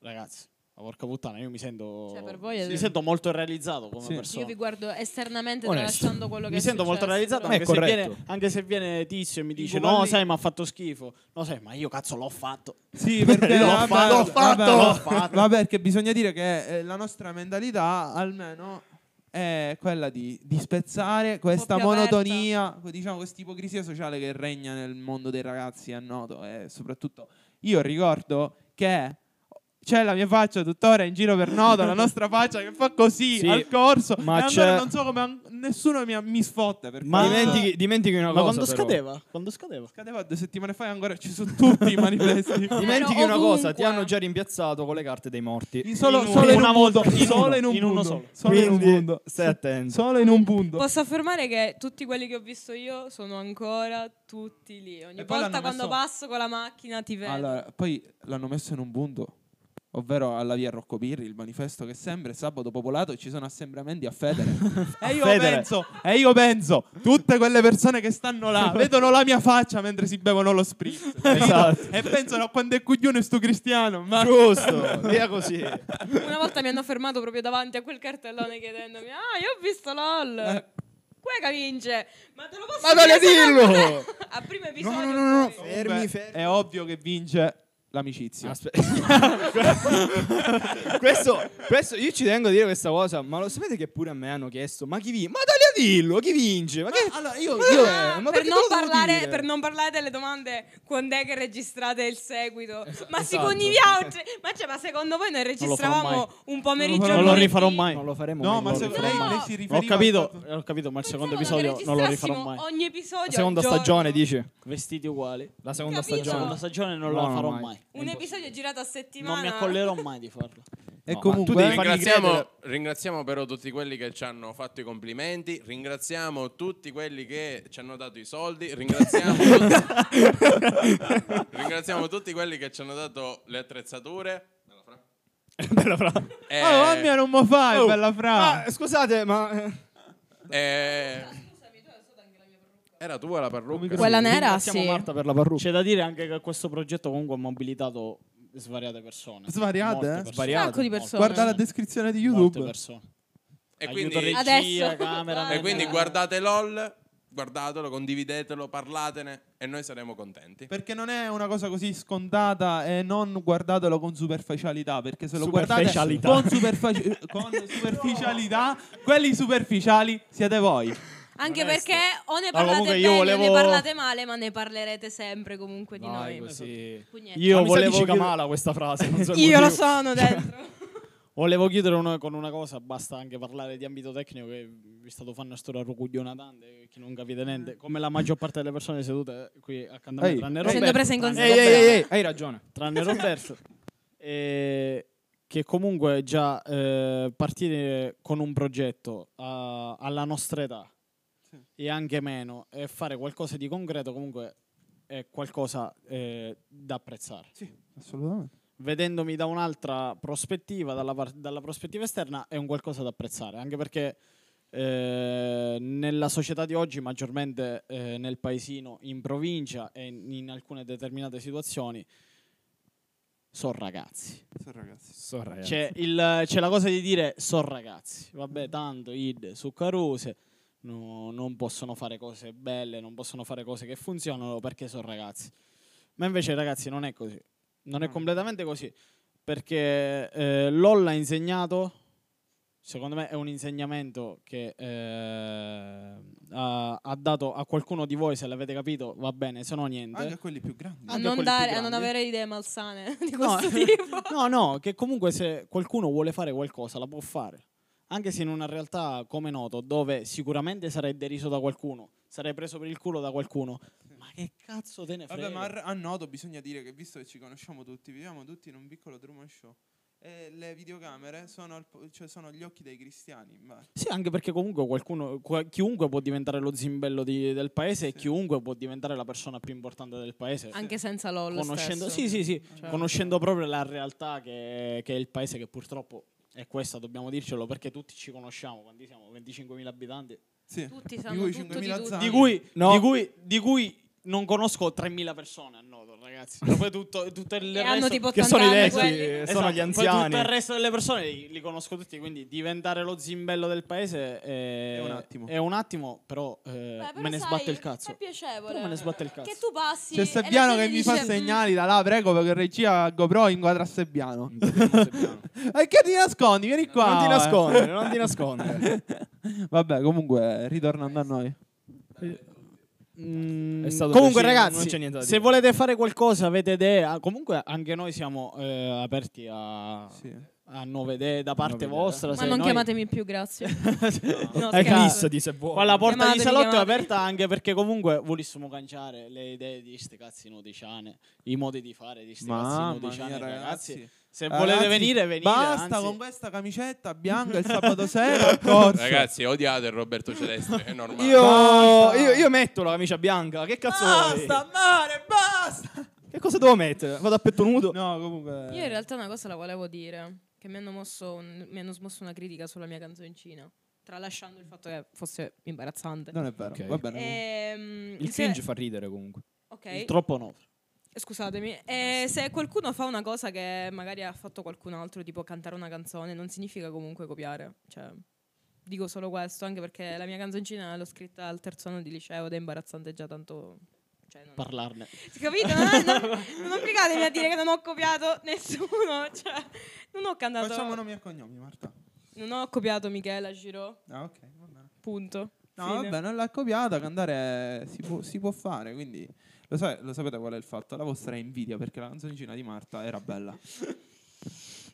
S4: Ragazzi, la porca puttana, io mi sento
S6: Cioè, per voi è-
S4: mi sento molto realizzato come
S3: Sì.
S6: Io
S4: persona.
S6: vi guardo esternamente
S8: Onesto.
S6: tralasciando quello che
S4: Mi
S6: è
S4: sento molto
S6: successo, Eh,
S4: realizzato
S6: però-
S8: Beh,
S4: anche se,
S8: corretto.
S4: viene, anche se viene tizio e mi dice
S3: Guvalli-
S4: no sai ma ha fatto schifo no sai ma io cazzo l'ho fatto
S3: Sì, perché
S4: L'ho
S3: vabbè,
S4: fatto, l'ho
S3: vabbè,
S4: fatto,
S3: va-
S4: l'ho fatto.
S3: vabbè, perché bisogna dire che eh, la nostra mentalità almeno è quella di, di spezzare questa
S6: più aperta.
S3: monotonia, diciamo questa ipocrisia sociale che regna nel mondo dei ragazzi, è noto e soprattutto io ricordo che C'è la mia faccia tuttora in giro per Noto, la nostra faccia che fa così
S5: Sì,
S3: al corso. e
S5: ma
S3: allora
S5: c'è-
S3: non so come an- nessuno mi, ha- mi sfotte. Per
S4: Ma-
S3: questo.
S5: Dimentichi, dimentichi una
S4: Ma
S5: cosa.
S4: quando
S5: però.
S4: scadeva? Quando scadeva?
S3: Cadeva due settimane fa e ancora ci sono tutti i manifesti.
S5: Dimentichi
S6: Ero
S5: una cosa, ti
S6: ovunque.
S5: hanno già rimpiazzato con le carte dei morti.
S3: In solo,
S4: In
S3: solo in
S4: una
S3: un
S4: volta,
S3: punto.
S4: in
S3: Solo
S4: uno,
S3: in un
S4: in uno
S3: punto.
S4: solo.
S3: Solo in un
S5: Quindi,
S3: punto.
S5: stai attento.
S3: Solo in un punto.
S6: Posso affermare che tutti quelli che ho visto io sono ancora tutti lì. Ogni
S3: E poi l'hanno
S6: volta quando
S3: messo-
S6: passo con la macchina ti vedo.
S3: Allora, poi l'hanno messo in un punto, ovvero alla via Rocco Pirri, il manifesto che sembra è sabato popolato e ci sono assembramenti a Federe. e, io
S4: Federe.
S3: penso, e io penso, tutte quelle persone che stanno là vedono la mia faccia mentre si bevono lo spritz. capito?
S4: Esatto.
S3: E pensano a quando è coglione sto cristiano. Ma
S4: Giusto, via così.
S6: Una volta mi hanno fermato proprio davanti a quel cartellone chiedendomi: Ah, io ho visto LOL.
S3: Eh.
S6: Cueca vince. Ma te lo posso
S4: Ma voglio
S6: solo a
S4: dirlo!
S6: pre- a primo episodio.
S4: no, no, no.
S6: poi.
S5: Fermi,
S3: Beh,
S5: fermi.
S3: è ovvio che vince l'amicizia.
S5: questo, questo- io ci tengo a dire questa cosa, ma lo sapete che pure a me hanno chiesto, ma chi vince? Ma dai a dirlo, chi vince? Ma, che...
S3: allora, io-
S5: Ma
S3: io-
S5: dai,
S6: Ah,
S5: eh, ma
S6: per,
S5: perché
S6: non
S5: te lo devo
S6: parlare,
S5: dire?
S6: per non parlare delle domande quando è che registrate il seguito ma
S5: esatto.
S6: secondo gli altri ma, cioè, ma secondo voi noi
S4: lo farò mai.
S6: registravamo un pomeriggio
S3: Non lo farò-
S6: al
S4: Non lo
S6: lunedì?
S4: rifarò mai.
S5: Non lo faremo
S3: No,
S5: mai,
S3: ma
S5: non
S3: se
S5: lo faremo
S3: lei,
S6: No.
S5: mai.
S3: lei si riferiva
S4: Ho
S3: al
S4: capito,
S3: fatto-
S4: ho capito, ma il
S6: Pensavo
S4: secondo
S6: Diciamo che
S4: episodio non lo rifarò
S6: registrassimo
S4: mai.
S6: ogni episodio
S5: La seconda
S6: al giorno.
S5: stagione, dici?
S4: Vestiti uguali.
S5: La seconda
S6: Capito?
S4: La seconda
S5: stagione.
S4: stagione non
S5: No,
S4: la
S5: no,
S4: farò
S5: mai.
S4: mai.
S6: un episodio girato a settimana
S4: Non mi accollerò mai di farlo.
S3: E
S5: No, ma
S3: comunque,
S5: tu devi fargli
S7: Ringraziamo,
S5: credere.
S7: ringraziamo però tutti quelli che ci hanno fatto i complimenti, ringraziamo tutti quelli che ci hanno dato i soldi, ringraziamo, tutti, ringraziamo tutti quelli che ci hanno dato le attrezzature. Bella fra. Eh,
S5: Bella fra-
S7: E-
S3: Oh, mamma mia, non mo fai,
S5: Oh,
S3: bella fra.
S5: ah, scusate, ma... eh,
S7: e-
S6: Ah,
S7: eh, Era tua la parrucca?
S6: Quella nera
S5: ringraziamo
S6: sì
S5: Marta per la parrucca.
S4: C'è da dire anche che questo progetto comunque ha mobilitato svariate persone.
S3: Svariate,
S4: Molte
S3: eh?
S4: persone.
S5: Svariate. Un
S6: sacco di persone.
S3: Guarda la descrizione di
S4: Molte
S3: YouTube.
S4: persone.
S7: E
S4: Aiuto
S7: quindi,
S4: regia,
S6: Adesso.
S4: camera,
S7: e quindi
S4: camera.
S7: guardate LOL, guardatelo, condividetelo, parlatene e noi saremo contenti.
S3: Perché non è una cosa così scontata e non guardatelo con superficialità, perché se lo guardate
S4: Superficialità.
S3: con, superfaci- con superficialità, quelli superficiali siete voi.
S6: anche perché o ne
S4: Ma
S6: parlate
S4: comunque
S6: bene
S4: io
S6: o ne
S4: volevo-
S6: parlate male ma ne parlerete sempre comunque di
S5: Vai
S6: noi
S5: così.
S6: Quindi niente.
S4: Io
S5: Ma mi sa
S4: volevo
S5: dici
S4: chiudere-
S5: Kamala questa frase, non so il
S6: io lo
S5: motivo.
S6: sono dentro
S4: Volevo chiudere una- con una cosa, basta anche parlare di ambito tecnico che vi è stato fanno una storia rugugliona tante, chi non capite niente, come la maggior parte delle persone sedute eh, qui accanto a me,
S3: Ehi.
S4: tranne
S6: Essendo
S4: Roberto,
S6: presa in
S4: tranne
S5: Ehi,
S6: Vabbè.
S5: ehi,
S4: Roberto,
S5: ehi, ehi, hai ragione.
S4: tranne Roberto, eh, che comunque già eh, partire con un progetto a- alla nostra età e anche meno e fare qualcosa di concreto comunque è qualcosa eh, da apprezzare
S3: Sì, assolutamente.
S4: vedendomi da un'altra prospettiva, dalla, par- dalla prospettiva esterna, è un qualcosa da apprezzare, anche perché eh, nella società di oggi, maggiormente eh, nel paesino, in provincia e in, in alcune determinate situazioni, sono ragazzi. C'è, il- c'è la cosa di dire sono ragazzi, vabbè tanto id, succarose, no- non possono fare cose belle, non possono fare cose che funzionano perché sono ragazzi. Ma invece ragazzi non è così, non è completamente così, perché eh, LOL ha insegnato, secondo me è un insegnamento che eh, ha, ha dato a qualcuno di voi, se l'avete capito va bene, se no niente.
S3: Anche quelli più grandi.
S6: a
S4: Anche
S6: non,
S4: quelli più
S6: dare- a non
S4: grandi.
S6: avere idee malsane di
S4: No,
S6: questo tipo
S4: No, no, che comunque se qualcuno vuole fare qualcosa la può fare. Anche se in una realtà come noto, dove sicuramente sarei deriso da qualcuno, sarei preso per il culo da qualcuno. Ma che cazzo te ne frega?
S3: Vabbè, ma a- a noto bisogna dire che visto che ci conosciamo tutti, viviamo tutti in un piccolo Truman Show. E le videocamere sono, al po- cioè sono gli occhi dei cristiani. Ma
S4: Sì, anche perché comunque qualcuno, qua- chiunque può diventare lo zimbello di- del paese e chiunque può diventare la persona più importante del paese.
S6: anche senza LOL
S4: conoscendo,
S6: stesso. Certo.
S4: sì, sì, sì, conoscendo proprio la realtà che, che è il paese che purtroppo è questa, dobbiamo dircelo, perché tutti ci conosciamo, quanti siamo? 25.000 abitanti.
S3: sì.
S6: Tutti
S3: Di
S6: sanno
S3: cui
S6: tutto di
S3: 5.000
S6: tutti.
S3: zanne.
S4: di cui,
S5: No.
S4: di cui- di cui non conosco 3.000 persone a noto, ragazzi. Però poi tutto, tutto il
S6: E
S4: resto...
S6: hanno tipo 80
S5: Che sono i
S6: anni
S5: vecchi,
S6: quelli.
S5: eh,
S4: Esatto,
S5: sono gli
S4: Poi tutto
S5: anziani.
S4: il resto delle persone li, li conosco tutti, quindi diventare lo zimbello del paese è,
S3: È un attimo.
S4: è un attimo, però, eh,
S6: Beh, però
S4: me ne
S6: sai,
S4: sbatte il cazzo.
S6: È piacevole.
S4: Però me ne sbatte il cazzo.
S6: Che tu passi.
S3: C'è
S6: e la
S3: Sebbiano
S6: gente
S3: Cioè, che mi fa
S6: dice, "Mm,
S3: segnali da là, prego, perché regia GoPro inquadra Sebbiano.
S5: Non
S3: E che ti nascondi? Vieni qua.
S5: ti
S3: eh.
S5: nascondere, non ti nascondere.
S3: Vabbè, comunque, ritornando a noi.
S4: Mm,
S5: È stato
S4: comunque,
S5: deciso,
S4: ragazzi,
S5: non c'è niente da
S4: se
S5: dire.
S4: volete fare qualcosa, avete idee. ah, Comunque, anche noi siamo eh, aperti a,
S3: Sì.
S4: a nuove idee da parte
S5: Nuove idee.
S4: vostra.
S6: Ma
S4: se
S6: non
S4: noi-
S6: chiamatemi più, grazie. No,
S4: Eh,
S6: scherzo.
S4: cazzo.
S5: Eclissati se vuoi.
S4: Qua la porta
S6: Chiamatemi,
S4: di salotto
S6: chiamatemi.
S4: è aperta anche perché comunque volessimo canciare le idee di sti cazzi nudiciane, i modi di fare di sti
S3: Mamma
S4: cazzi nudiciane,
S3: mia,
S4: ragazzi.
S3: ragazzi.
S4: Se
S3: Ragazzi,
S4: volete venire, venite.
S3: Basta
S4: anzi.
S3: con questa camicetta bianca il sabato sera. al corso.
S7: Ragazzi, odiate il Roberto Celeste, è normale.
S5: Io,
S3: Basta.
S5: io, io metto la camicia bianca. Che cazzo vuoi?
S3: Basta, mare, basta.
S5: Che cosa devo mettere? Vado a petto nudo.
S3: No, comunque.
S6: Io in realtà una cosa la volevo dire, che mi hanno, mosso un- mi hanno smosso una critica sulla mia canzoncina, tralasciando il fatto che fosse imbarazzante.
S3: Non è vero.
S5: Ok.
S3: Va bene.
S6: Ehm,
S5: Il
S6: se-
S5: cringe fa ridere comunque.
S6: ok.
S4: Il troppo no.
S6: Scusatemi, eh, se qualcuno fa una cosa che magari ha fatto qualcun altro, tipo cantare una canzone, non significa comunque copiare. Cioè, dico solo questo, anche perché la mia canzoncina l'ho scritta al terzo anno di liceo ed è imbarazzante già tanto... Cioè, non...
S4: Parlarne.
S6: Capito? Non, non, non obbligatemi a dire che non ho copiato nessuno. Cioè, non ho cantato...
S3: Facciamo nomi e cognomi, Marta.
S6: Non ho copiato Michela Giro,
S3: Ah, ok, va bene.
S6: punto.
S3: No,
S6: Fine.
S3: vabbè, non l'ha copiata, cantare si può, si può fare, quindi lo, sa- lo sapete qual è il fatto? La vostra è invidia perché la canzoncina di Marta era bella.
S6: Eh,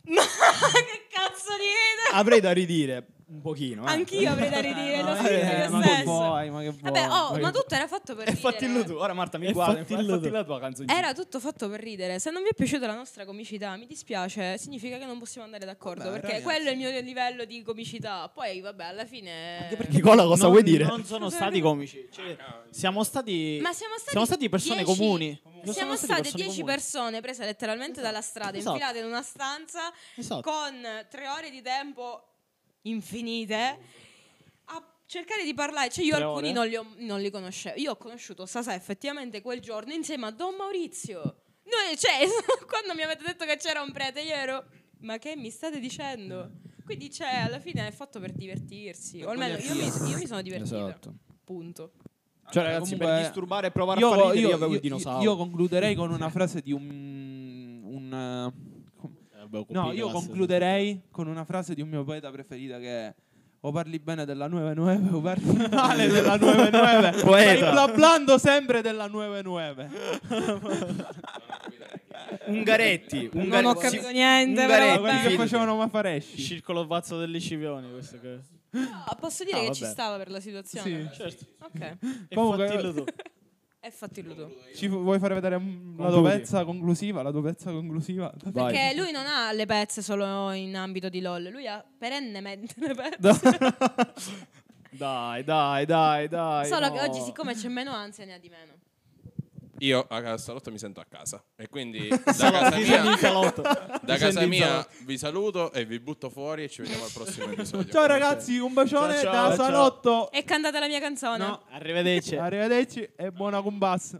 S6: Ma che cazzo
S3: Ah,
S6: dite?
S5: Avrei da ridire un pochino. Eh.
S6: Anch'io avrei da ridire, l'ho
S3: Eh,
S6: scritto io
S3: ma che
S6: stesso.
S3: vuoi, ma che vuoi?
S6: Vabbè, oh,
S3: che
S6: ma
S3: vuoi?
S6: tutto era fatto per
S5: E
S6: ridere. eh.
S5: fatillo tu. Ora Marta mi
S4: E
S5: guarda.
S4: fatillo
S5: E
S4: tu.
S5: fatti la tua canzoncina.
S6: Era tutto fatto per ridere. Se non vi è piaciuta la nostra comicità, mi dispiace, significa che non possiamo andare d'accordo.
S3: Vabbè,
S6: perché
S3: ragazzi.
S6: quello è il mio livello di comicità. Poi, vabbè, alla fine.
S5: Nicola, cosa
S4: Non-
S5: vuoi dire?
S4: Non sono stati comici. Cioè, siamo stati.
S6: Ma siamo stati,
S4: siamo stati persone
S6: 10
S4: comuni.
S6: Siamo state 10
S4: persone.
S6: persone prese letteralmente dalla strada,
S4: Esatto.
S6: infilate in una stanza
S4: Esatto.
S6: con tre ore di tempo infinite a cercare di parlare. Cioè, io
S4: Tre
S6: alcuni
S4: ore?
S6: non li, ho- non li conoscevo. Io ho conosciuto Sasà effettivamente quel giorno insieme a Don Maurizio. Noi, cioè, quando mi avete detto che c'era un prete, io ero. Ma che mi state dicendo? Quindi, cioè, alla fine è fatto per divertirsi. O almeno io mi, io mi sono divertita.
S5: Esatto.
S6: Punto.
S5: Cioè, ragazzi, per
S3: Comunque-
S5: disturbare e provare a
S3: Io,
S5: far ridere,
S3: io-
S5: io, avevo
S3: io-
S5: il dinosauro.
S3: io concluderei con una frase di un... un eh, com- no, io concluderei con una frase di un mio poeta preferito che è o parli bene della 99 o parli male della 99
S5: Poeta.
S3: Stai blablando sempre della 99
S5: Ungaretti.
S6: Non ho
S5: Ungaretti.
S6: capito niente,
S5: Ungaretti,
S6: però. vabbè.
S3: quelli che
S5: figli.
S3: facevano Mafaresci
S4: Circolo pazzo delle scivioni. Questo che.
S6: Ah, posso dire
S4: Ah,
S6: che
S4: vabbè.
S6: ci stava per la situazione?
S4: Certo.
S6: Ok.
S4: E
S3: Comunque-
S4: fatillo tu.
S6: E fatti tu.
S3: Ci fu- vuoi fare vedere mm, la
S5: Concludi.
S3: dovezza conclusiva? La dovezza conclusiva?
S5: Vai.
S6: Perché lui non ha le pezze solo in ambito di LOL, lui ha perennemente le pezze.
S4: Dai, dai, dai, dai.
S6: solo
S4: no.
S6: che oggi, siccome c'è meno ansia, ne ha di meno.
S7: Io a casa salotto mi sento a casa. E quindi da casa
S4: Ti senti in
S7: mia,
S4: salotto.
S7: da
S4: Ti
S7: casa
S4: senti in
S7: mia
S4: salotto.
S7: vi saluto e vi butto fuori e ci vediamo al prossimo episodio.
S3: Ciao ragazzi, un bacione
S4: Ciao, ciao,
S3: da
S4: ciao.
S3: Salotto.
S6: E cantate la mia canzone.
S3: No.
S4: Arrivederci.
S3: Arrivederci e buona combass.